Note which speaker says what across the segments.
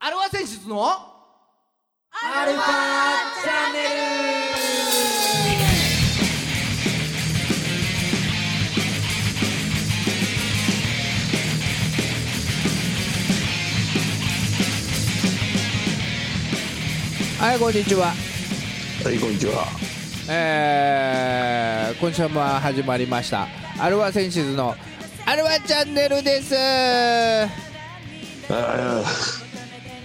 Speaker 1: アルファ選出のアルファチャンネ
Speaker 2: はいこんにちは
Speaker 3: はい、こんにちは。
Speaker 2: えー、今週も始まりましたアルファセンシズのアルファチャンネルですえ
Speaker 3: ああ、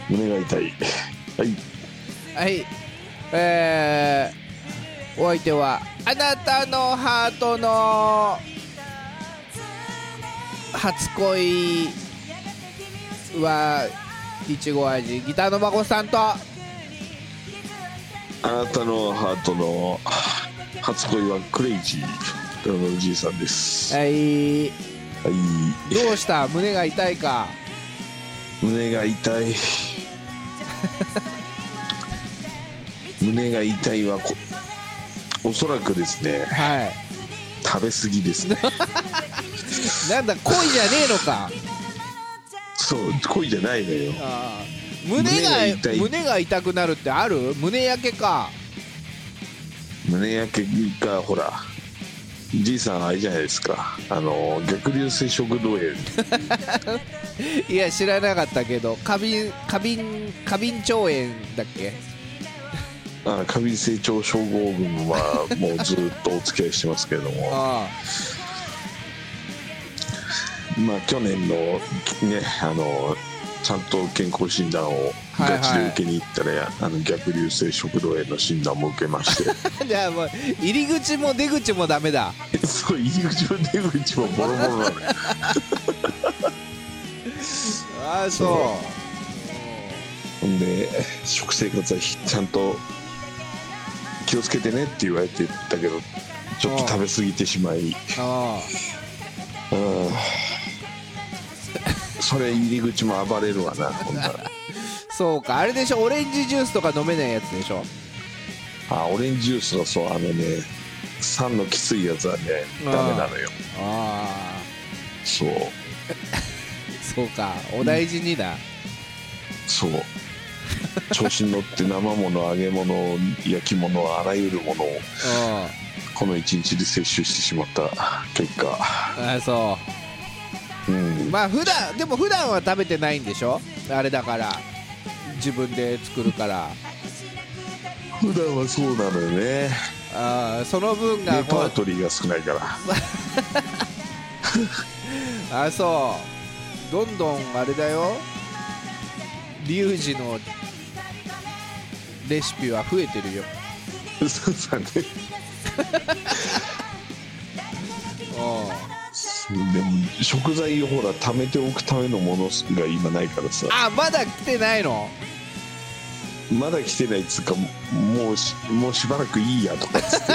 Speaker 3: 胸が痛い。はい、
Speaker 2: ーはいえー、お相手はあなたのハートの初恋はいちご味ギターの孫さんと
Speaker 3: あなたのハートの初恋はクレイジー。ドラムのじいさんです。は
Speaker 2: はい
Speaker 3: い、
Speaker 2: どうした胸が痛いか
Speaker 3: 胸が痛い。胸が痛いはこ、おそらくですね、
Speaker 2: はい
Speaker 3: 食べ過ぎですね。
Speaker 2: なんだ恋じゃねえのか
Speaker 3: そう、恋じゃないのよ。
Speaker 2: あー胸が
Speaker 3: 胸が
Speaker 2: 胸
Speaker 3: 痛
Speaker 2: が
Speaker 3: い
Speaker 2: 痛くなるってある胸焼けか
Speaker 3: 胸焼けが、ほら、じいさんあれじゃないですか。あの、逆流性食道炎。
Speaker 2: いや知らなかったけど過敏過敏過敏腸炎だっけ
Speaker 3: あ過敏性腸症候群はもうずっとお付き合いしてますけれども
Speaker 2: あ
Speaker 3: まあ去年のねあのちゃんと健康診断をガチで受けに行ったら、あの逆流性食道炎の診断も受けまして
Speaker 2: あ じゃあもう入り口も出口もダメだ
Speaker 3: そう入り口も出口もボロボロなのよ
Speaker 2: ああそう
Speaker 3: ほんで食生活はひちゃんと気をつけてねって言われてたけどちょっと食べ過ぎてしまい
Speaker 2: あ
Speaker 3: うんそれ入り口も暴れるわなほんなら。
Speaker 2: ーそうかあれでしょオレンジジュースとか飲めないやつでしょ
Speaker 3: あオレンジジュースのそうあのね酸のきついやつはね
Speaker 2: あー
Speaker 3: ダメなのよ
Speaker 2: あ
Speaker 3: そう
Speaker 2: あそうかお大事にだ、
Speaker 3: そう調子に乗って生もの揚げ物焼き物あらゆるものを
Speaker 2: うん
Speaker 3: この一日で摂取してしまった結果
Speaker 2: ああそ
Speaker 3: うん
Speaker 2: うまあ普段でも普段は食べてないんでしょあれだから自分で作るから
Speaker 3: 普段はそうなのよね
Speaker 2: あーその分
Speaker 3: レ
Speaker 2: がこ
Speaker 3: パ
Speaker 2: う
Speaker 3: ートリーが少ないから
Speaker 2: あそうどんどんあれだよリュウジのレシピは増えてるよ
Speaker 3: そうだね
Speaker 2: うん
Speaker 3: でも食材をほら貯めておくためのものが今ないからさ
Speaker 2: あまだ来てないの
Speaker 3: まだ来てないっつうかもうしもうしばらくいいやとかっつって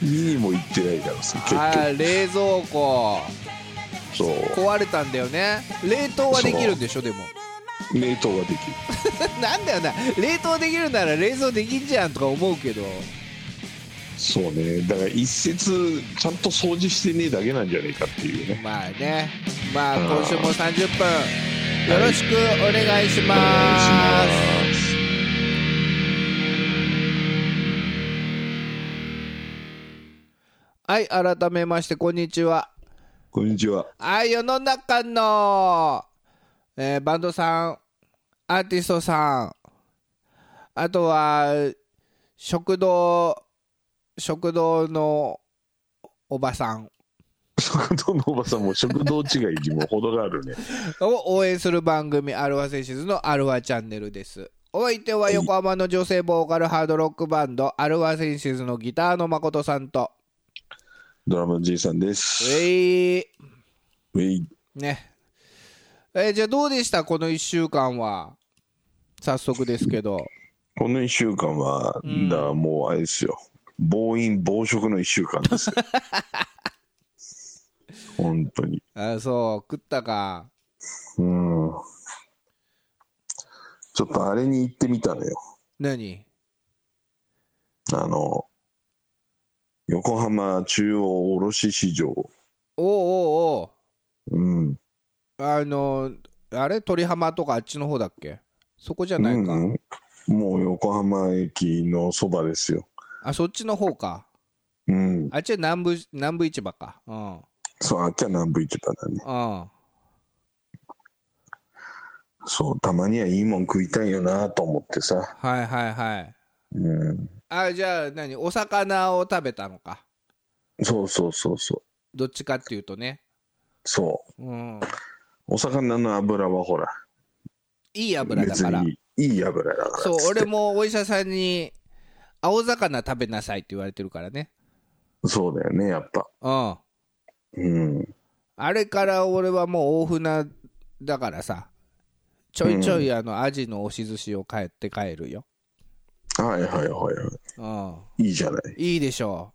Speaker 3: 見にも行ってないからさ
Speaker 2: あー冷蔵庫
Speaker 3: 結局そ
Speaker 2: 壊れたんだよね冷凍はできるんでしょでも
Speaker 3: う冷凍ができ る
Speaker 2: なんだよな冷凍できるなら冷蔵できんじゃんとか思うけど
Speaker 3: そうねだから一節ちゃんと掃除してねえだけなんじゃねえかっていうね
Speaker 2: まあねまあ
Speaker 3: うん
Speaker 2: 今週も30分よろしくお願いし
Speaker 3: お願いし
Speaker 2: ます
Speaker 3: ます
Speaker 2: はい改めましてこんにちは
Speaker 3: こんにちは
Speaker 2: はい、世の中の、えーバンドさん、アーティストさん、あとは、食堂、食堂のおばさん
Speaker 3: 食堂のおばさんも食堂違いにも程があるね
Speaker 2: を応援する番組、アルファセンシズのアルファチャンネルです。お相手は横浜の女性ボーカルハードロックバンド、アルファセンシズのギターの誠さんと、
Speaker 3: ドラムのじいさんで
Speaker 2: え
Speaker 3: す
Speaker 2: ー
Speaker 3: ウェイ
Speaker 2: ね。えーじゃあどうでしたこの1週間は。早速ですけど。
Speaker 3: この1週間は、
Speaker 2: うん
Speaker 3: だからもうあれですよ暴飲暴食の1週間です よ本当に
Speaker 2: あそう食ったか
Speaker 3: うんちょっとあれに行ってみたのよ
Speaker 2: 何
Speaker 3: あの横浜中央卸市場
Speaker 2: おうおうお
Speaker 3: うん
Speaker 2: うあのあれ鳥浜とかあっちの方だっけそこじゃ
Speaker 3: う
Speaker 2: ないか、
Speaker 3: んうん、もう横浜駅のそばですよ。
Speaker 2: あそっちの方か
Speaker 3: うん、
Speaker 2: あっちは南部南部市場かうんうん
Speaker 3: そう、あっちは南部市場だね。
Speaker 2: あ
Speaker 3: そう、たまにはいいもん食いたいよなと思ってさ。
Speaker 2: はいはいはい
Speaker 3: うん、
Speaker 2: あじゃあ何お魚を食べたのか
Speaker 3: そうそうそうそう。
Speaker 2: どっちかっていうとね
Speaker 3: そう。
Speaker 2: うん
Speaker 3: お魚の油はほら、
Speaker 2: いい油だ
Speaker 3: 別
Speaker 2: から
Speaker 3: にいい油だから
Speaker 2: そう
Speaker 3: つって
Speaker 2: 俺もお医者さんに青魚食べなさいって言われてるからね
Speaker 3: そうだよね、やっぱ。
Speaker 2: うん
Speaker 3: うん。
Speaker 2: あれから俺はもう大船だからさちょいちょいあのアジの押し寿司を買って帰るよ、
Speaker 3: はいはいはいは
Speaker 2: うん、
Speaker 3: い。いいじゃない。
Speaker 2: いいでしょ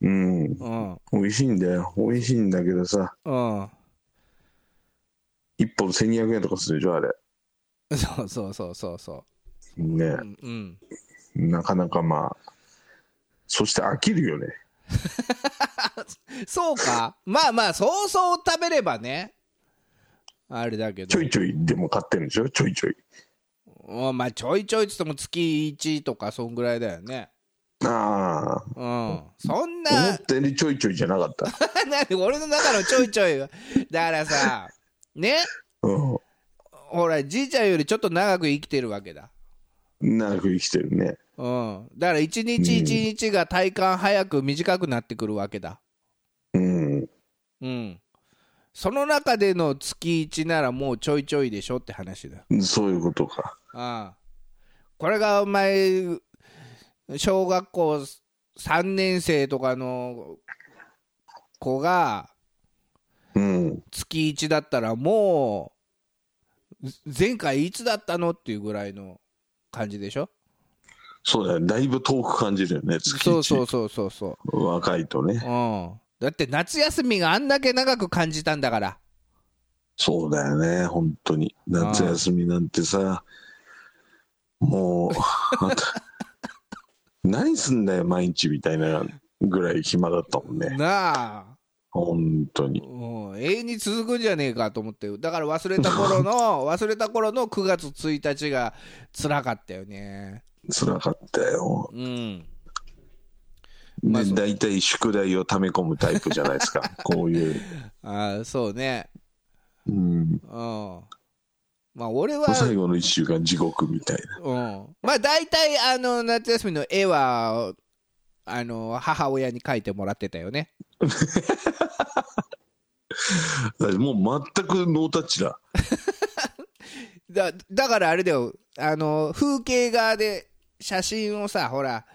Speaker 3: うん。
Speaker 2: ううん
Speaker 3: 美味しいんだよ。美味しいんだけどさ、
Speaker 2: うん
Speaker 3: 一本1200円とかするでしょ、あれ。
Speaker 2: そうそうそうそうそ
Speaker 3: ね
Speaker 2: うう、ん、うん、
Speaker 3: なかなかまあ。そして飽きるよね。
Speaker 2: そうかまあまあそうそう食べればねあれだけ
Speaker 3: ち
Speaker 2: ど
Speaker 3: ょいちょいでも買ってるんでしょ、ちょいちょい。
Speaker 2: うんまあちょいちょいっつっても月1とかそんぐらいだよね
Speaker 3: あ
Speaker 2: うんそん
Speaker 3: あ、思
Speaker 2: な
Speaker 3: ったよりちょいちょいじゃなかった。
Speaker 2: なんで俺の中のちょいちょいはだからさね
Speaker 3: う
Speaker 2: ほらじいちゃんよりちょっと長く生きてるわけだ
Speaker 3: ん。長く生きてるね。
Speaker 2: うんだから一日一日が体感早く短くなってくるわけだ
Speaker 3: うん。
Speaker 2: うんその中での月1ならもうちょいちょいでしょって話だ
Speaker 3: そういうことか。
Speaker 2: ああこれがお前小学校3年生とかの子が
Speaker 3: うん。
Speaker 2: 月1だったらもうぜ前回いつだったのっていうぐらいの感じでしょ
Speaker 3: そうだよ。だいぶ遠く感じるよね、月一
Speaker 2: そうそうそうそうそう
Speaker 3: 若いとね。
Speaker 2: うん、だって夏休みがあんだけ長く感じたんだから
Speaker 3: そうだよね、本当に。夏休みなんてさ、もう、 また、何すんだよ、毎日みたいなぐらい暇だったもんね。
Speaker 2: なあ、
Speaker 3: 本当に。
Speaker 2: うん、永遠に続くんじゃねえかと思ってだから忘れた頃の忘れた頃の9月1日が辛かったよね
Speaker 3: 辛かったよ。
Speaker 2: うんまあ
Speaker 3: で、
Speaker 2: そう
Speaker 3: 大体宿題を溜め込むタイプじゃないで すか。こういう。
Speaker 2: ああそうね
Speaker 3: うん。
Speaker 2: うんまあ俺は
Speaker 3: 最後の一週間地獄みたいな。
Speaker 2: うんまあ大体あの夏休みの絵はあの母親に描いてもらってたよね
Speaker 3: だってもう全くノータッチだ。
Speaker 2: だだからあれだよあの風景画で写真をさほら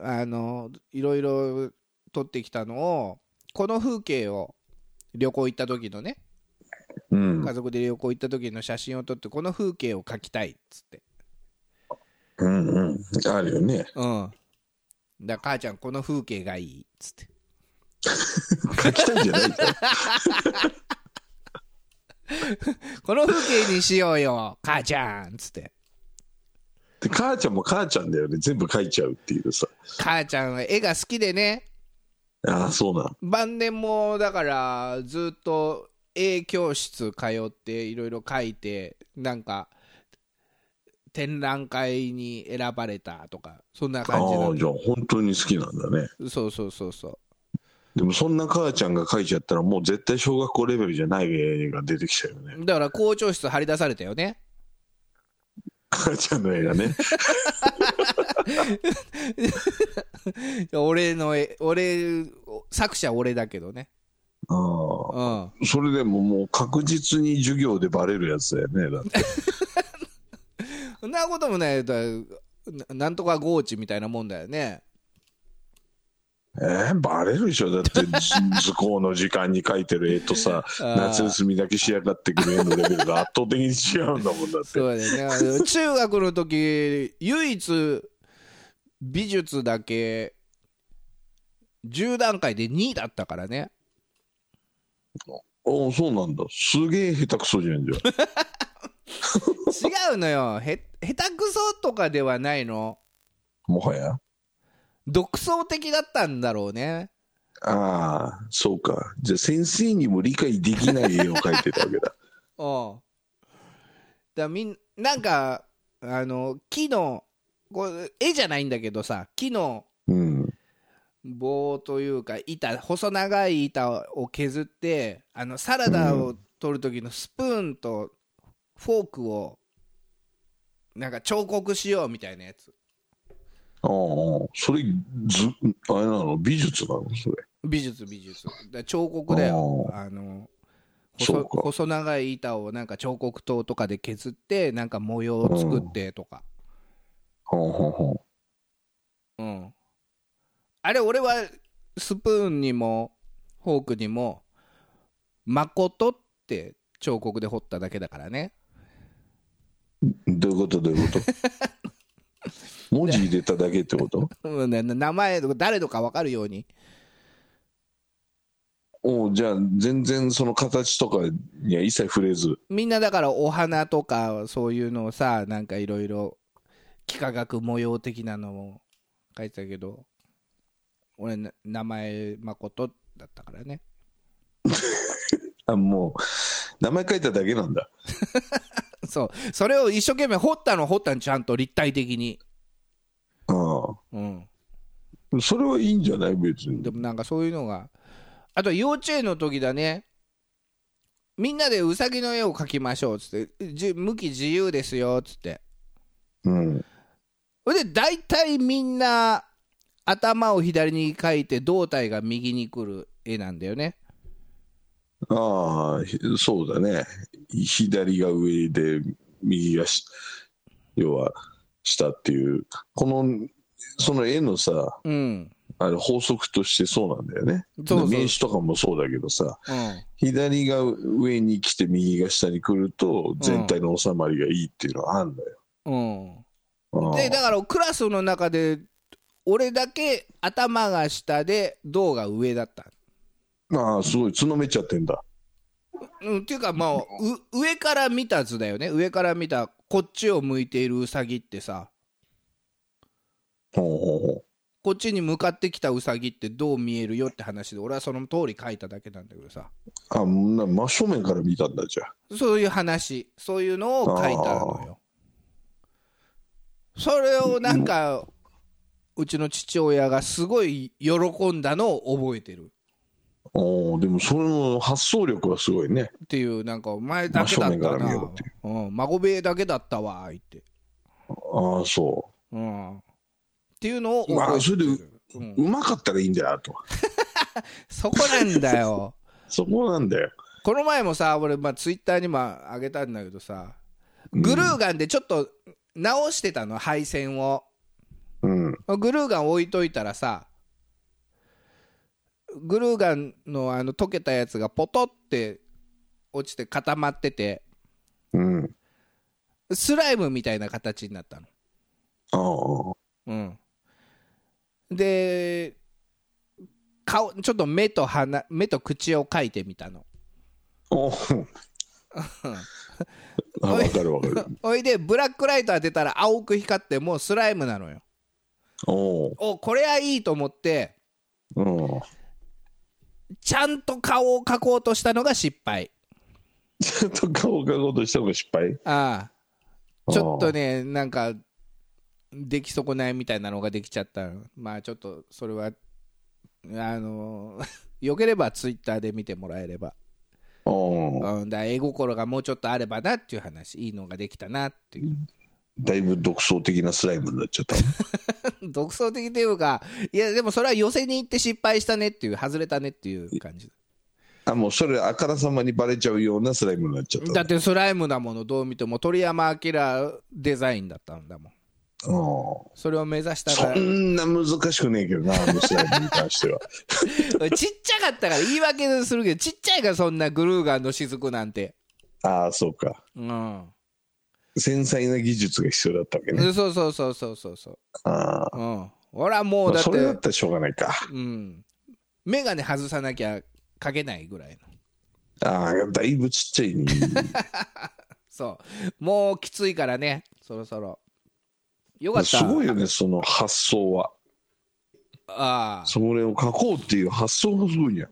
Speaker 2: あのいろいろ撮ってきたのをこの風景を旅行行った時のね
Speaker 3: うん。
Speaker 2: 家族で旅行行った時の写真を撮ってこの風景を描きたいっつって
Speaker 3: うんうん。あるよね。
Speaker 2: うんだから母ちゃんこの風景がいいっつって
Speaker 3: 書きたいんじゃないか。
Speaker 2: この風景にしようよ母ちゃんっつって
Speaker 3: で母ちゃんも母ちゃんだよね。全部書いちゃうっていうさ。
Speaker 2: 母ちゃんは絵が好きでね
Speaker 3: ああ、そうなん。
Speaker 2: 晩年もだからずっと絵教室通っていろいろ書いてなんか展覧会に選ばれたとかそんな感じ
Speaker 3: あ
Speaker 2: な
Speaker 3: あじゃあ本当に好きなんだね
Speaker 2: のそうそうそうそ
Speaker 3: でもそんな母ちゃんが書いちゃったらもう絶対小学校レベルじゃない絵が出てきちゃうよね
Speaker 2: うだから校長室張り出されたよね
Speaker 3: 母ちゃんの絵 がね
Speaker 2: 俺の絵俺作者俺だけどね
Speaker 3: ああ
Speaker 2: うん
Speaker 3: それでももう確実に授業でバレるやつだよね だって
Speaker 2: そんなこともないだななんとかゴーチみたいなもんだよね
Speaker 3: えー、バレるでしょだってず図工の時間に描いてる絵とさ
Speaker 2: ー
Speaker 3: 夏休みだけ仕上がってくる絵のレベルが圧倒的に違うんだもんだって
Speaker 2: そうだよね中学の時唯一美術だけ10段階で2位だったからね
Speaker 3: おおそうなんだすげえ下手くそじゃんじゃん
Speaker 2: 違うのよへ下手くそとかではないの
Speaker 3: もはや
Speaker 2: 独創的だったんだろうね
Speaker 3: ああそうかじゃあ先生にも理解できない絵を描いてたわけだ
Speaker 2: うんからみんなんかあの木のこう絵じゃないんだけどさ木の
Speaker 3: うん。
Speaker 2: 棒というか板細長い板を削ってあのサラダを取る時のスプーンとフォークをなんか彫刻しようみたいなやつ
Speaker 3: ああ、それ、ず、あれなの美術なのそれ。
Speaker 2: 美術美術だから彫刻だよ
Speaker 3: お
Speaker 2: あの
Speaker 3: そう
Speaker 2: 細
Speaker 3: か
Speaker 2: 細長い板をなんか彫刻刀とかで削ってなんか模様を作ってとか、
Speaker 3: ほうほうほ
Speaker 2: うん、あれ俺はスプーンにもフォークにも「誠」って彫刻で彫っただけだからね
Speaker 3: う。どういうことどういうこと 文字入れただけってこと
Speaker 2: うんなな名前とか誰とか分かるように
Speaker 3: おうじゃあ、全然その形とかには一切触れず。
Speaker 2: みんなだからお花とかそういうのをさなんかいろいろ幾何学模様的なのも書いてたけど俺な名前誠だったからね
Speaker 3: あ、もう、名前書いただけなんだ。
Speaker 2: そうそれを一生懸命彫ったの彫ったのちゃんと立体的に
Speaker 3: ああ。
Speaker 2: うん
Speaker 3: それはいいんじゃない別に
Speaker 2: で。もなんかそういうのがあと幼稚園の時だねみんなでウサギの絵を描きましょうっつってじ向き自由ですよっつって
Speaker 3: うん。
Speaker 2: それで大体みんな頭を左に描いて胴体が右に来る絵なんだよね
Speaker 3: ああ、ひそうだね。左が上で、右がし、要は下っていう、この、その絵のさ、
Speaker 2: うん
Speaker 3: あれ法則としてそうなんだよね。
Speaker 2: そうそう
Speaker 3: 名詞とかもそうだけどさ、
Speaker 2: うん
Speaker 3: 左が上に来て右が下に来ると、全体の収まりがいいっていうのはあるんだよ。
Speaker 2: うん
Speaker 3: ああ
Speaker 2: でだからクラスの中で俺だけ頭が下で胴が上だった
Speaker 3: ああ、すごい、角めちゃってんだ。
Speaker 2: うん、っていうかまあう上から見た図だよね上から見たこっちを向いているウサギってさ
Speaker 3: ほうほうほ
Speaker 2: こっちに向かってきたウサギってどう見えるよって話で俺はその通り書いただけなんだけどさ
Speaker 3: う。あ、な真正面から見たんだ、じゃあ。
Speaker 2: そういう話そういうのを書いたのよそれをなんかうちの父親がすごい喜んだのを覚えてる
Speaker 3: おおでもそれの発想力はすごいね。
Speaker 2: っていうなんかお前だけだっ
Speaker 3: 真正
Speaker 2: た
Speaker 3: 面から見よ
Speaker 2: な
Speaker 3: うってい、
Speaker 2: うん、孫兵衛だけだったわ言って、
Speaker 3: ああ、そう。
Speaker 2: うん、っていうのを覚えて
Speaker 3: まあそ
Speaker 2: る、うん
Speaker 3: うまかったらいいんだよと。
Speaker 2: そこなんだよ
Speaker 3: そこなんだよ。
Speaker 2: この前もさ俺、まあ、ツイッターにもあげたんだけどさグルーガンでちょっと直してたの配線を
Speaker 3: うん。
Speaker 2: グルーガン置いといたらさグルーガンのあの溶けたやつがポトって落ちて固まってて
Speaker 3: うん。
Speaker 2: スライムみたいな形になったの
Speaker 3: ああ。
Speaker 2: うん、で顔ちょっと目と鼻目と口を描いてみたの
Speaker 3: おう あわかるわ かる。
Speaker 2: おいでブラックライト当てたら青く光ってもうスライムなのよ
Speaker 3: おう
Speaker 2: おこれはいいと思って
Speaker 3: うん。
Speaker 2: ちゃんと顔を描こうとしたのが失敗
Speaker 3: ちょっ と顔を描こうとしたのが失敗
Speaker 2: ああちょっとねなんか出来損ないみたいなのができちゃったまあちょっとそれはあの よければツイッターで見てもらえれば、
Speaker 3: おう
Speaker 2: うん、だから絵心がもうちょっとあればなっていう話いいのができたなっていう
Speaker 3: だいぶ独創的なスライムになっちゃった。
Speaker 2: 独創的というかいやでもそれは寄せに行って失敗したねっていう外れたねっていう感じ
Speaker 3: あ、もうそれあからさまにバレちゃうようなスライムになっちゃった。
Speaker 2: だってスライムだものどう見ても鳥山明デザインだったんだもん
Speaker 3: おう
Speaker 2: それを目指した
Speaker 3: そ
Speaker 2: からちっ
Speaker 3: んな難しくねえけどな、あのスライムに関して は。
Speaker 2: ちゃかったから言い訳するけどちっちゃいからそんなグルーガンの雫なんて
Speaker 3: ああ、そうか。
Speaker 2: うん
Speaker 3: 繊細な技術が必要だったわけね。
Speaker 2: そうそうそうそうそうそう
Speaker 3: あ
Speaker 2: うん俺はも
Speaker 3: あ。
Speaker 2: うだ
Speaker 3: まあ
Speaker 2: って
Speaker 3: それだったらしょうがないか。
Speaker 2: うん眼鏡外さなきゃかけないぐらいの
Speaker 3: ああ、だいぶちっちゃい に。
Speaker 2: そうもうきついからねそろそろよかった
Speaker 3: すごいよね、その発想は。
Speaker 2: ああ
Speaker 3: それを書こうっていう発想がすごいんや。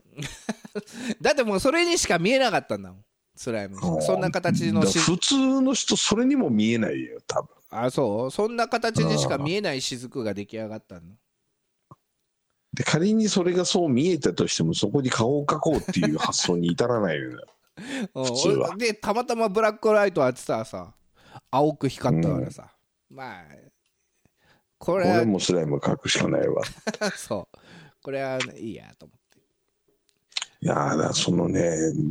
Speaker 2: だってもうそれにしか見えなかったんだもんスライム
Speaker 3: うん
Speaker 2: そんな形の
Speaker 3: だ
Speaker 2: し
Speaker 3: 普通の人それにも見えないよ多分
Speaker 2: あそうそんな形にしか見えない雫が出来上がったの
Speaker 3: で仮にそれがそう見えたとしてもそこに顔を描こうっていう発想に至らないよね
Speaker 2: うん
Speaker 3: 普通は
Speaker 2: 俺でたまたまブラックライト当てたらさ青く光ったからさ、まあ これは
Speaker 3: 俺もスライム描くしかないわ
Speaker 2: そうこれはいいやと思っ
Speaker 3: いやーだからそのね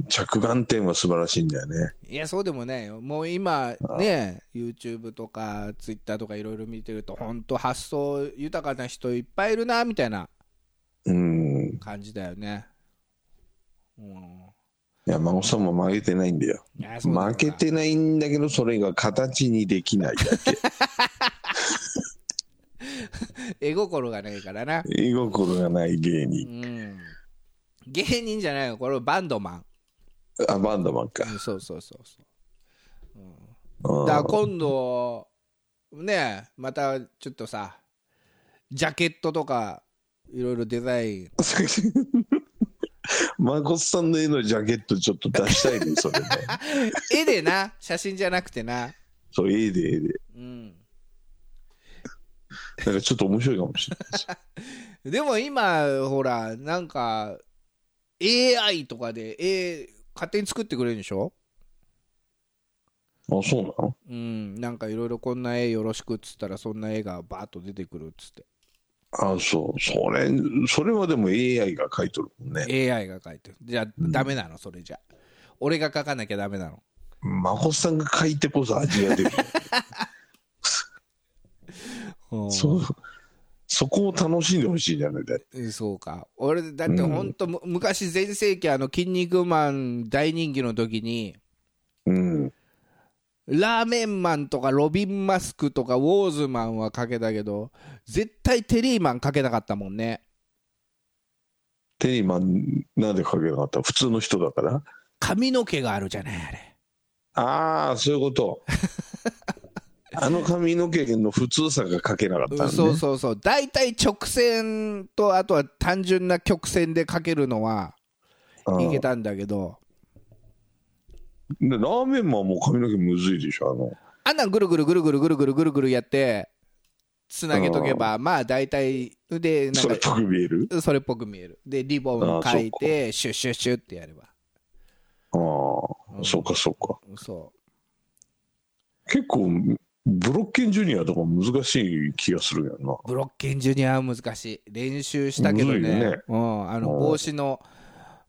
Speaker 3: 着眼点は素晴らしいんだよね
Speaker 2: ていやそうでもないよもう今ね YouTube とか Twitter とかいろいろ見てるとほんと発想豊かな人いっぱいいるなみたいな
Speaker 3: うん
Speaker 2: 感じだよねうん
Speaker 3: 山本さんも負けてないんだよ
Speaker 2: いやそうだろうな
Speaker 3: 負けてないんだけどそれが形にできないだ け
Speaker 2: 絵心がないからな
Speaker 3: 絵心がない芸
Speaker 2: う
Speaker 3: 人
Speaker 2: ん芸人じゃないよこれバンドマン
Speaker 3: あバンドマンか
Speaker 2: うんそうそうそうそう、うん
Speaker 3: うん
Speaker 2: だから今度ねまたちょっとさジャケットとかいろいろデザイン
Speaker 3: マコスさんの絵のジャケットちょっと出したいねそれ ね
Speaker 2: 絵でな写真じゃなくてな
Speaker 3: そう絵で絵で
Speaker 2: うん
Speaker 3: なんかちょっと面白いかもしれないです
Speaker 2: でも今ほらなんか AI とかで絵勝手に作ってくれるんでしょ
Speaker 3: あそうなの
Speaker 2: うんなんかいろいろこんな絵よろしくっつったらそんな絵がバーッと出てくるっつって
Speaker 3: あそうそれそれはでも AI が描いとるもんね
Speaker 2: AI が描いてるじゃあダメなのそれじゃ俺が描かなきゃダメなの
Speaker 3: マコスさんが描いてこそ味が出る
Speaker 2: うん
Speaker 3: そうそこを楽しんでほしいじゃないだって
Speaker 2: うんそうか俺だってほんとむ、昔全盛期あの「筋肉マン」大人気の時に
Speaker 3: うん
Speaker 2: ラーメンマンとかロビン・マスクとかウォーズマンはかけたけど絶対テリーマンかけなかったもんね
Speaker 3: 手にまんなんで描けなかった普通の人だから
Speaker 2: 髪の毛があるじゃないあれ
Speaker 3: ああそういうこと あの髪の毛の普通さが描けなかった
Speaker 2: うん
Speaker 3: ね
Speaker 2: そうそうそう大体直線とあとは単純な曲線でかけるのは
Speaker 3: うん
Speaker 2: いけたんだけど
Speaker 3: でラーメンマンも髪の毛むずいでしょあの
Speaker 2: あんなんぐるぐるぐるぐるぐるぐるぐるぐるやってつなげとけばまあ大体でなん
Speaker 3: そ
Speaker 2: か
Speaker 3: れ特見える
Speaker 2: それっぽく見えるでリボンを書いてシュッシュッシュッってやれば
Speaker 3: ああ、
Speaker 2: うん
Speaker 3: そうかそうか
Speaker 2: そ
Speaker 3: 結構ブロッケンジュニアとか難しい気がするよな
Speaker 2: うブロッケンジュニアは難しい練習したけどね
Speaker 3: むずいよね
Speaker 2: うん、あの
Speaker 3: うん
Speaker 2: 帽子の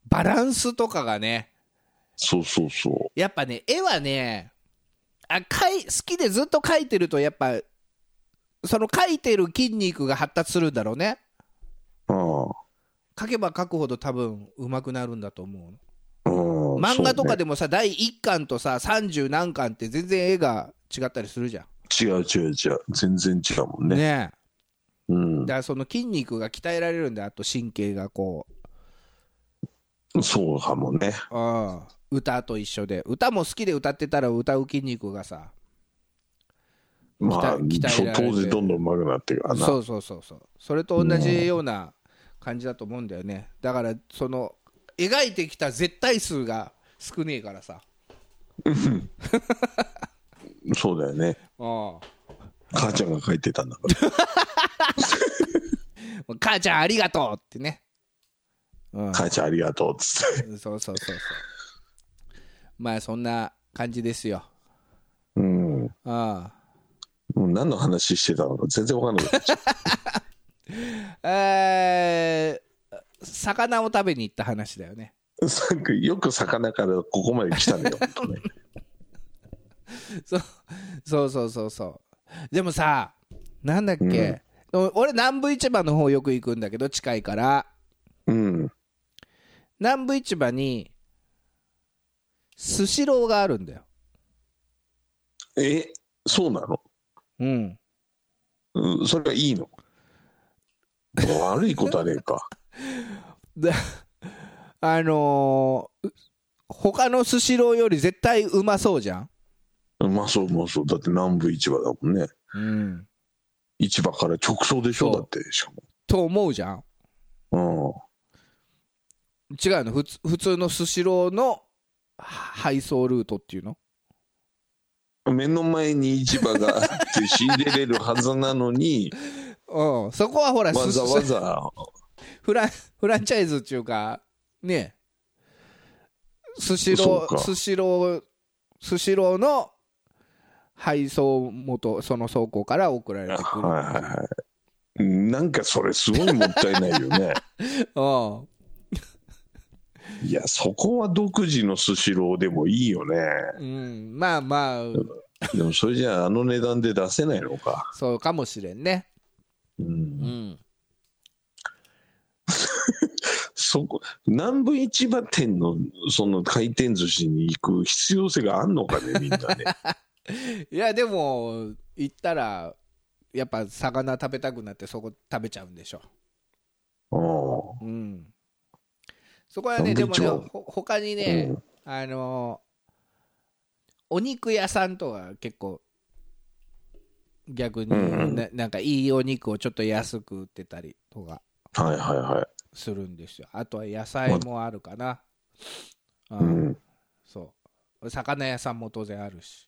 Speaker 2: バランスとかがね
Speaker 3: そうそうそ
Speaker 2: やっぱね絵はねあかい好きでずっと描いてるとやっぱその描いてる筋肉が発達するんだろうね
Speaker 3: うあ
Speaker 2: 描けば描くほど多分上手くなるんだと思う
Speaker 3: あうん
Speaker 2: 漫画とか
Speaker 3: で、
Speaker 2: でもさ、第1巻とさ30何巻って全然絵が違ったりするじゃ
Speaker 3: そうね違う違う違う全然違うもん
Speaker 2: ん
Speaker 3: ね
Speaker 2: ねえ
Speaker 3: うん
Speaker 2: だからその筋肉が鍛えられるんだあと神経がこ
Speaker 3: そうかもね
Speaker 2: う、うん、歌と一緒で歌も好きで歌ってたら歌う筋肉がさ
Speaker 3: まあ
Speaker 2: 鍛え鍛
Speaker 3: そ
Speaker 2: え
Speaker 3: う
Speaker 2: られて
Speaker 3: 当時どんどん上手くなっていくからな
Speaker 2: そうそうそうそうそれと同じような感じだと思うんだよねだからその描いてきた絶対数が少ねえからさ、
Speaker 3: そうだよね
Speaker 2: うん
Speaker 3: 母ちゃんが書いてたん だから
Speaker 2: 母ちゃんありがとうってね、うん、
Speaker 3: 母ちゃんありがとうっつって
Speaker 2: そうそうそうそう まあそんな感じですよ
Speaker 3: うんも
Speaker 2: あ
Speaker 3: う何の話してたのか全然わかんない
Speaker 2: あえー、魚を食べに行った話だよね
Speaker 3: なんかよく魚からここまで来 たねよ、本当ね
Speaker 2: そうそうそうそうそうでもさなんだっけ、お俺南部市場の方よく行くんだけど近いから
Speaker 3: うん
Speaker 2: 南部市場にスシローがあるんだよ
Speaker 3: えそうなの、
Speaker 2: うん
Speaker 3: うん、それはいいの悪いことはねえか
Speaker 2: であのー、他のスシローより絶対うまそうじゃん
Speaker 3: うまそううまそうだって南部市場だもんね
Speaker 2: うん
Speaker 3: 市場から直送でし
Speaker 2: そ
Speaker 3: ょ
Speaker 2: う
Speaker 3: だってしか
Speaker 2: と思うじゃん
Speaker 3: も
Speaker 2: 違うの普通普通のスシローの配送ルートっていうの
Speaker 3: 目の前に市場があ って仕入れれるはずなのに
Speaker 2: うん、そこはほら
Speaker 3: わざわ
Speaker 2: すす
Speaker 3: ざ
Speaker 2: フランフランチャイズっていうかねスシロ
Speaker 3: そう
Speaker 2: ー
Speaker 3: か
Speaker 2: スシロースシローの配送元その倉庫から送られてくる、
Speaker 3: はいはいはいなんかそれすごいもったいないよ ね
Speaker 2: うん
Speaker 3: いやそこは独自のスシローでもいいよね
Speaker 2: うん、まあまあ
Speaker 3: でもそれじゃああの値段で出せないのか、
Speaker 2: そうかもしれんね
Speaker 3: う、
Speaker 2: うんん
Speaker 3: そこ南部市場店のその回転寿司に行く必要性があんのかねみんな ね
Speaker 2: いやでも行ったらやっぱ魚食べたくなってそこ食べちゃうんでしょ
Speaker 3: う
Speaker 2: うんそこはね
Speaker 3: なんで
Speaker 2: でもね
Speaker 3: 一応
Speaker 2: ほ他にね、
Speaker 3: うん
Speaker 2: あのお肉屋さんとか結構逆にな,、
Speaker 3: うんうん
Speaker 2: なんかいいお肉をちょっと安く売ってたりとか
Speaker 3: んはいはいは
Speaker 2: するんですよあとは野菜もあるかな、
Speaker 3: い、う
Speaker 2: うん
Speaker 3: ん、
Speaker 2: そう魚屋さんも当然あるし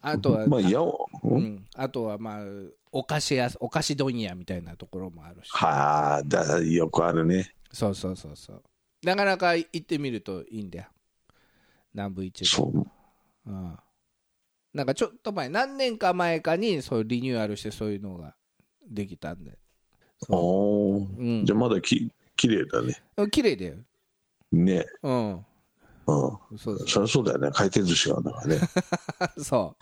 Speaker 2: あとは、
Speaker 3: まあやお、う、
Speaker 2: うんん、あとはまあお菓子屋お菓子問屋みたいなところもあるし
Speaker 3: はあだよくあるね
Speaker 2: そうそうそうそうなかなか行ってみるといいんだよ南部一
Speaker 3: そう
Speaker 2: 部、うん、なんかちょっと前何年か前かにそうリニューアルしてそういうのができたんでそ
Speaker 3: お
Speaker 2: う、
Speaker 3: ー
Speaker 2: うん
Speaker 3: じゃあまだき綺麗だね。
Speaker 2: うん、綺麗だよ
Speaker 3: ね
Speaker 2: うん
Speaker 3: うん。
Speaker 2: そうそ う
Speaker 3: そりゃそうだよね。回転寿司があるんだから ね。
Speaker 2: そ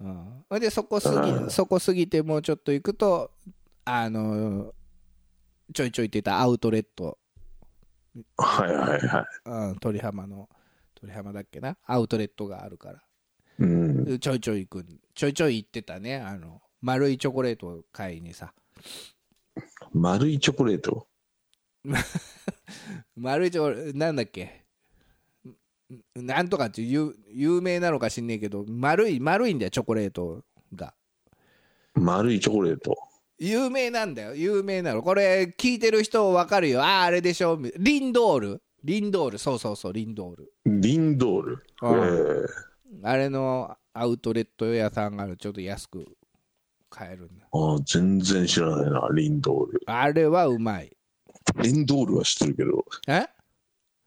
Speaker 2: う。うん、ほいでそこ過
Speaker 3: う
Speaker 2: ぎ
Speaker 3: ん
Speaker 2: そこ過ぎてもうちょっと行くとあのちょいちょい行ってたアウトレット、
Speaker 3: はいはいは
Speaker 2: うん、鳥浜の鳥浜だっけなアウトレットがあるから
Speaker 3: い。うん。
Speaker 2: ちょいちょい行くちょいちょい行ってたねあの丸いチョコレートを買いにさ
Speaker 3: 丸いチョコレート。
Speaker 2: 丸いチョコなんだっけんなんとかっていう有名なのか知んねえけど丸い丸いんだよチョコレートが
Speaker 3: 丸いチョコレート。
Speaker 2: 有名なんだよ有名なのこれ聞いてる人分かるよあああれでしょリンドールリンドールそうそうそうリンドール
Speaker 3: リンドール。え
Speaker 2: あ
Speaker 3: ー
Speaker 2: あれのアウトレット屋さんがあるちょっと安く買えるんだ
Speaker 3: あー全然知らないな、リンドール。
Speaker 2: あれはうまい
Speaker 3: エンドールは知ってるけど、
Speaker 2: え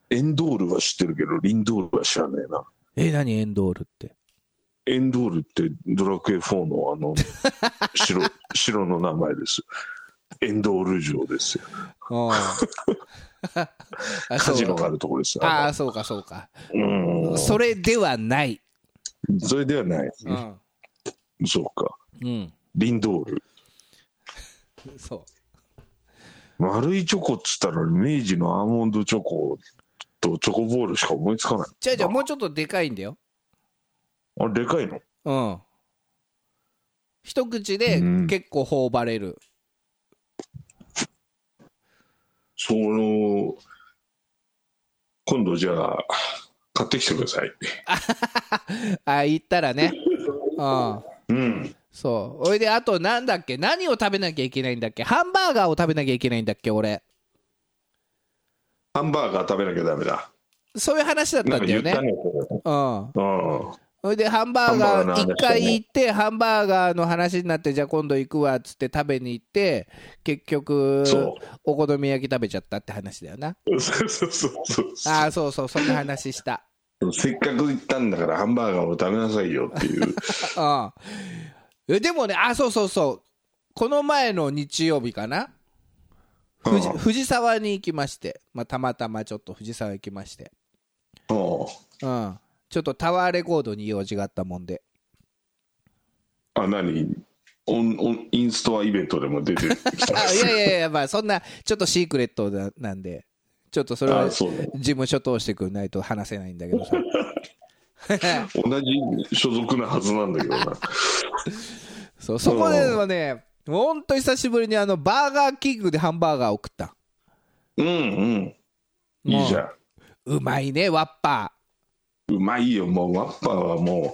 Speaker 3: エンドールは知ってるけど、リンドールは知らないな。
Speaker 2: え何エンドールって
Speaker 3: エンドールってドラクエ4のあの、 城、城の名前です。エンドール城ですよ。
Speaker 2: うんあ
Speaker 3: カジノが
Speaker 2: そ
Speaker 3: あ
Speaker 2: う
Speaker 3: るところです。
Speaker 2: あーそうかそうか
Speaker 3: うん。
Speaker 2: それではない
Speaker 3: それではない。
Speaker 2: うん、
Speaker 3: そうか。
Speaker 2: うん、
Speaker 3: リンドール。
Speaker 2: そ
Speaker 3: 丸いチョコっつったら、明治のアーモンドチョコとチョコボールしか思いつかない。
Speaker 2: う違う違うもうちょっとでかいんだよ
Speaker 3: あ、でかいの
Speaker 2: うん一口で結構頬張れる、
Speaker 3: その、今度じゃあ、買ってきてください。
Speaker 2: あ行ったらねうん
Speaker 3: うん。
Speaker 2: そうおいであとなんだっけ何を食べなきゃいけないんだっけハンバーガーを食べなきゃいけないんだっけ俺
Speaker 3: ハンバーガー食べなきゃダメだ。
Speaker 2: そういう話だった
Speaker 3: なん
Speaker 2: ん
Speaker 3: か
Speaker 2: だ
Speaker 3: 言
Speaker 2: よ
Speaker 3: った
Speaker 2: ね
Speaker 3: ね、こ
Speaker 2: うん
Speaker 3: れうん。
Speaker 2: おいでハンバーガ
Speaker 3: ハンバーガーの
Speaker 2: ー
Speaker 3: 話
Speaker 2: 一回行ってハンバーガーの話になってじゃあ今度行くわっつって食べに行って結局
Speaker 3: そ
Speaker 2: お好み焼き食べちゃったって話だよな
Speaker 3: そうそうそうそう
Speaker 2: ああそうそうそんな話した
Speaker 3: せっかく行ったんだからハンバーガーも食べなさいよっ ていう。
Speaker 2: うんえでもねあそうそうそうこの前の日曜日かな
Speaker 3: うん
Speaker 2: 藤藤沢に行きまして、まあ、たまたまちょっと藤沢行きまして、
Speaker 3: うん
Speaker 2: うん、ちょっとタワーレコードに用事があったもんで
Speaker 3: あ、何オンオンインストアイベントでも 出てきた。
Speaker 2: あいやいやいやまあそんなちょっとシークレットななんでちょっとそれは
Speaker 3: あ
Speaker 2: 事
Speaker 3: そうね
Speaker 2: 務所通してくんないと話せないんだけど さ
Speaker 3: 同じ所属なはずなんだ けどな。
Speaker 2: そうそこではねほんと久しぶりにあのバーガーキングでハンバーガーを食った
Speaker 3: うんうん。いいじゃ
Speaker 2: うまいねワッパ
Speaker 3: ん。うまいよ、もう、ワッパーはもう。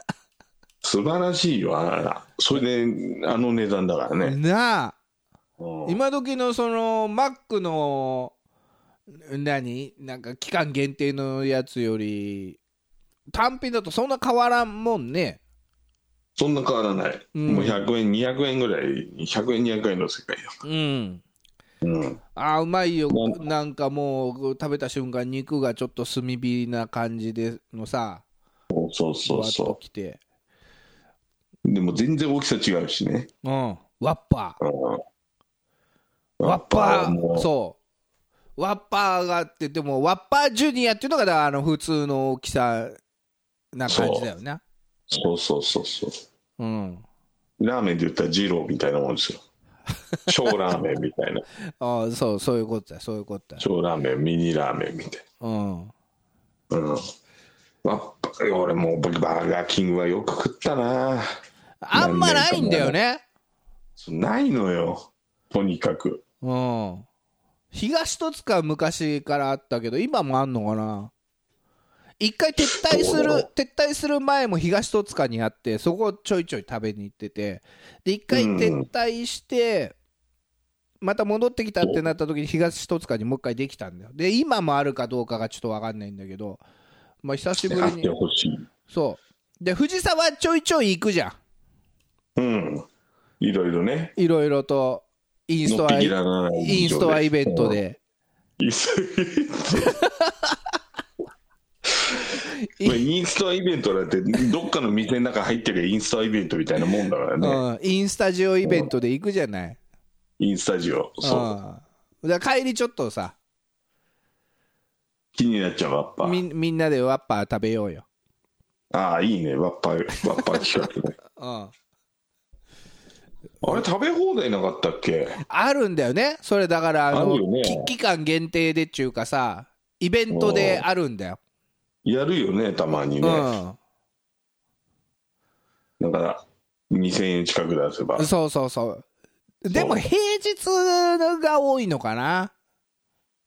Speaker 3: 素晴らしいよ、あら。それで、あの値段だから
Speaker 2: ー
Speaker 3: ね。
Speaker 2: なあ
Speaker 3: うん
Speaker 2: 今時のそのマックの何なんか期間限定のやつより単品だとそんな変わらんもんね
Speaker 3: そんな変わらない、
Speaker 2: うん
Speaker 3: もう100円200円ぐらい100円200円の世界よ、
Speaker 2: うん
Speaker 3: うん、
Speaker 2: あーうまいよ
Speaker 3: もう
Speaker 2: なんかもう食べた瞬間肉がちょっと炭火な感じでのさ
Speaker 3: そうそ
Speaker 2: ふわ
Speaker 3: う
Speaker 2: っと
Speaker 3: そ
Speaker 2: きて
Speaker 3: うでも全然大きさ違うしね
Speaker 2: うんワッパ
Speaker 3: うん
Speaker 2: ー
Speaker 3: ワ
Speaker 2: ワ
Speaker 3: ッ
Speaker 2: ッ
Speaker 3: パー
Speaker 2: パ
Speaker 3: はも
Speaker 2: ーそうワッパーがあってでもワッパージュニアっていうのがだからあの普通の大きさな感じだよね
Speaker 3: そうそうそうそう
Speaker 2: うん
Speaker 3: ラーメンで言ったら二郎みたいなもんですよ小ラーメンみたいな
Speaker 2: ああそうそういうことだそういうことだ
Speaker 3: 小ラーメンミニラーメンみたい
Speaker 2: うん
Speaker 3: なうんワッパー俺もうバーガーキングはよく食ったな
Speaker 2: あんまないんだよね。
Speaker 3: そうないのよとにかく
Speaker 2: うん。東戸塚は昔からあったけど、今もあんのかな一回撤退す
Speaker 3: ど
Speaker 2: る
Speaker 3: う、
Speaker 2: 撤退する前も東戸塚にあって、そこをちょいちょい食べに行ってて、で、一回撤退して、また戻ってきたってなった時に東戸塚にもう一回できたんだよ。で、今もあるかどうかがちょっとわかんないんだけど、まあ久しぶ
Speaker 3: あっ
Speaker 2: りに。
Speaker 3: てほしい
Speaker 2: そう。で、藤沢ちょいちょい行くじゃん。
Speaker 3: うんいろいろね
Speaker 2: いろいろと、インス
Speaker 3: の
Speaker 2: ト
Speaker 3: っ
Speaker 2: ア
Speaker 3: ぴきらない
Speaker 2: インストアイベントで。
Speaker 3: インストアイ ベントまあインストアイベントだってどっかの店の中入ってるインストアイベントみたいなもんだからね、
Speaker 2: うん、インスタジオイベントで行くじゃない、
Speaker 3: インスタジオ
Speaker 2: うん、
Speaker 3: そう、
Speaker 2: だから帰りちょっとさ
Speaker 3: 気になっちゃうワッパ
Speaker 2: み
Speaker 3: ー
Speaker 2: んみんなでワッパー食べようよ、
Speaker 3: ああいいねワッパーワッパー企画ね
Speaker 2: うん、
Speaker 3: あれ食べ放題なかったっけ
Speaker 2: あるんだよねそれだからあの
Speaker 3: あるよね
Speaker 2: き期間限定でっていうかさイベントであるんだよ、
Speaker 3: やるよねたまに
Speaker 2: う
Speaker 3: ね、だから2000円近く出せば
Speaker 2: ん、そうそうそうでも
Speaker 3: そう
Speaker 2: 平日が多いのかな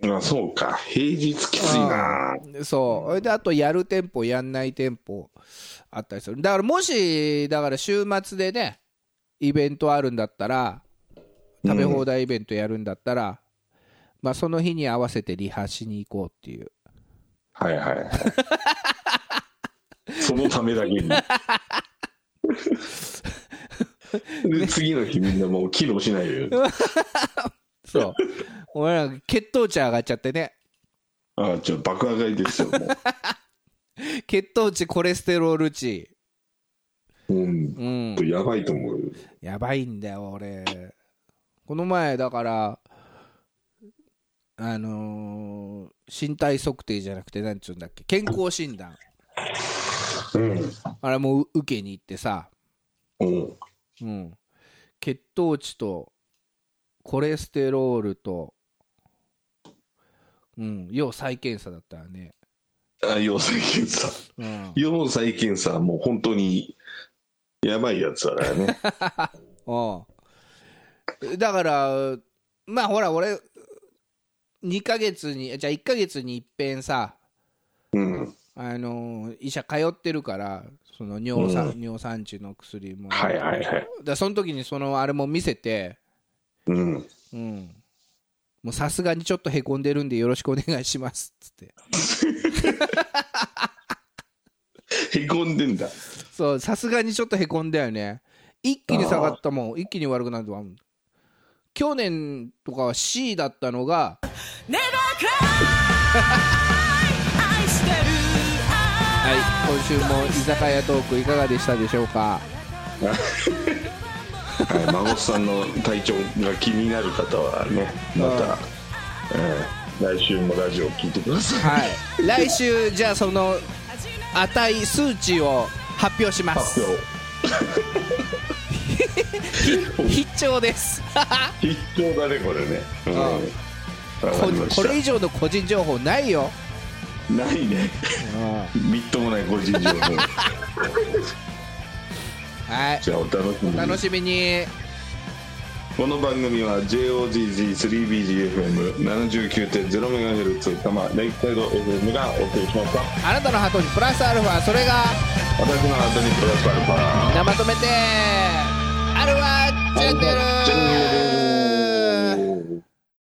Speaker 3: あそうか平日きついな
Speaker 2: そうそれであとやる店舗やんない店舗あったりするだからもしだから週末でねイベントあるんだったら食べ放題イベントやるんだったら、まあその日に合わせてリハしに行こうっていう
Speaker 3: はいはい はいそのためだけにで次の日みんなもう機能しないよ
Speaker 2: そう俺ら血糖値上がっちゃってね
Speaker 3: ああちょっと爆上がりですよも
Speaker 2: 血糖値コレステロール値
Speaker 3: う、うん、
Speaker 2: うん
Speaker 3: やばいと思うよ
Speaker 2: やばいんだよ俺この前だからあのー身体測定じゃなくてなんつうんだっけ健康診断
Speaker 3: うん
Speaker 2: あれもう受けに行ってさ、
Speaker 3: うん
Speaker 2: うん、血糖値とコレステロールと、うん、要再検査だったらね、
Speaker 3: あ要再検査
Speaker 2: うん、
Speaker 3: 要再検査はもう本当にやばいやつだか らね
Speaker 2: うんだからまあほら俺2ヶ月にじゃあ1ヶ月にいっぺんさ
Speaker 3: うん
Speaker 2: あの医者通ってるからその尿酸、
Speaker 3: う
Speaker 2: 尿酸値の薬も、
Speaker 3: はいはいはい
Speaker 2: だその時にそのあれも見せて
Speaker 3: うん
Speaker 2: うんもうさすがにちょっとへこんでるんでよろしくお願いしますっつって
Speaker 3: へこんでんだ
Speaker 2: そうさすがにちょっとへこんだよね一気に下がったもん一気に悪くなるとは去年とかは C だったの が
Speaker 1: Never cry 愛してる
Speaker 2: はい今週も居酒屋トークいかがでしたでしょうか
Speaker 3: はい、孫さんの体調が気になる方はねまた、えー来週もラジオ聞いてください
Speaker 2: はい来週じゃあその値数値を発表しま
Speaker 3: 発
Speaker 2: す
Speaker 3: 表
Speaker 2: 必聴です
Speaker 3: 必要だねこれねうん
Speaker 2: あ
Speaker 3: わか
Speaker 2: こ
Speaker 3: りまし
Speaker 2: こ
Speaker 3: た
Speaker 2: れ以上の個人情報ないよ、
Speaker 3: ないねみっともない個人情報
Speaker 2: はい
Speaker 3: じゃあお楽しみ
Speaker 2: お
Speaker 3: に
Speaker 2: 楽しみに
Speaker 3: この番組は JOGG3BGFM79.0MHz 多摩レイクサイド FM がお送りしました
Speaker 2: あなたのハートにプラスアルファそれが
Speaker 3: 私のハートにプラスアルファ
Speaker 2: 生まとめてアルファチャンネル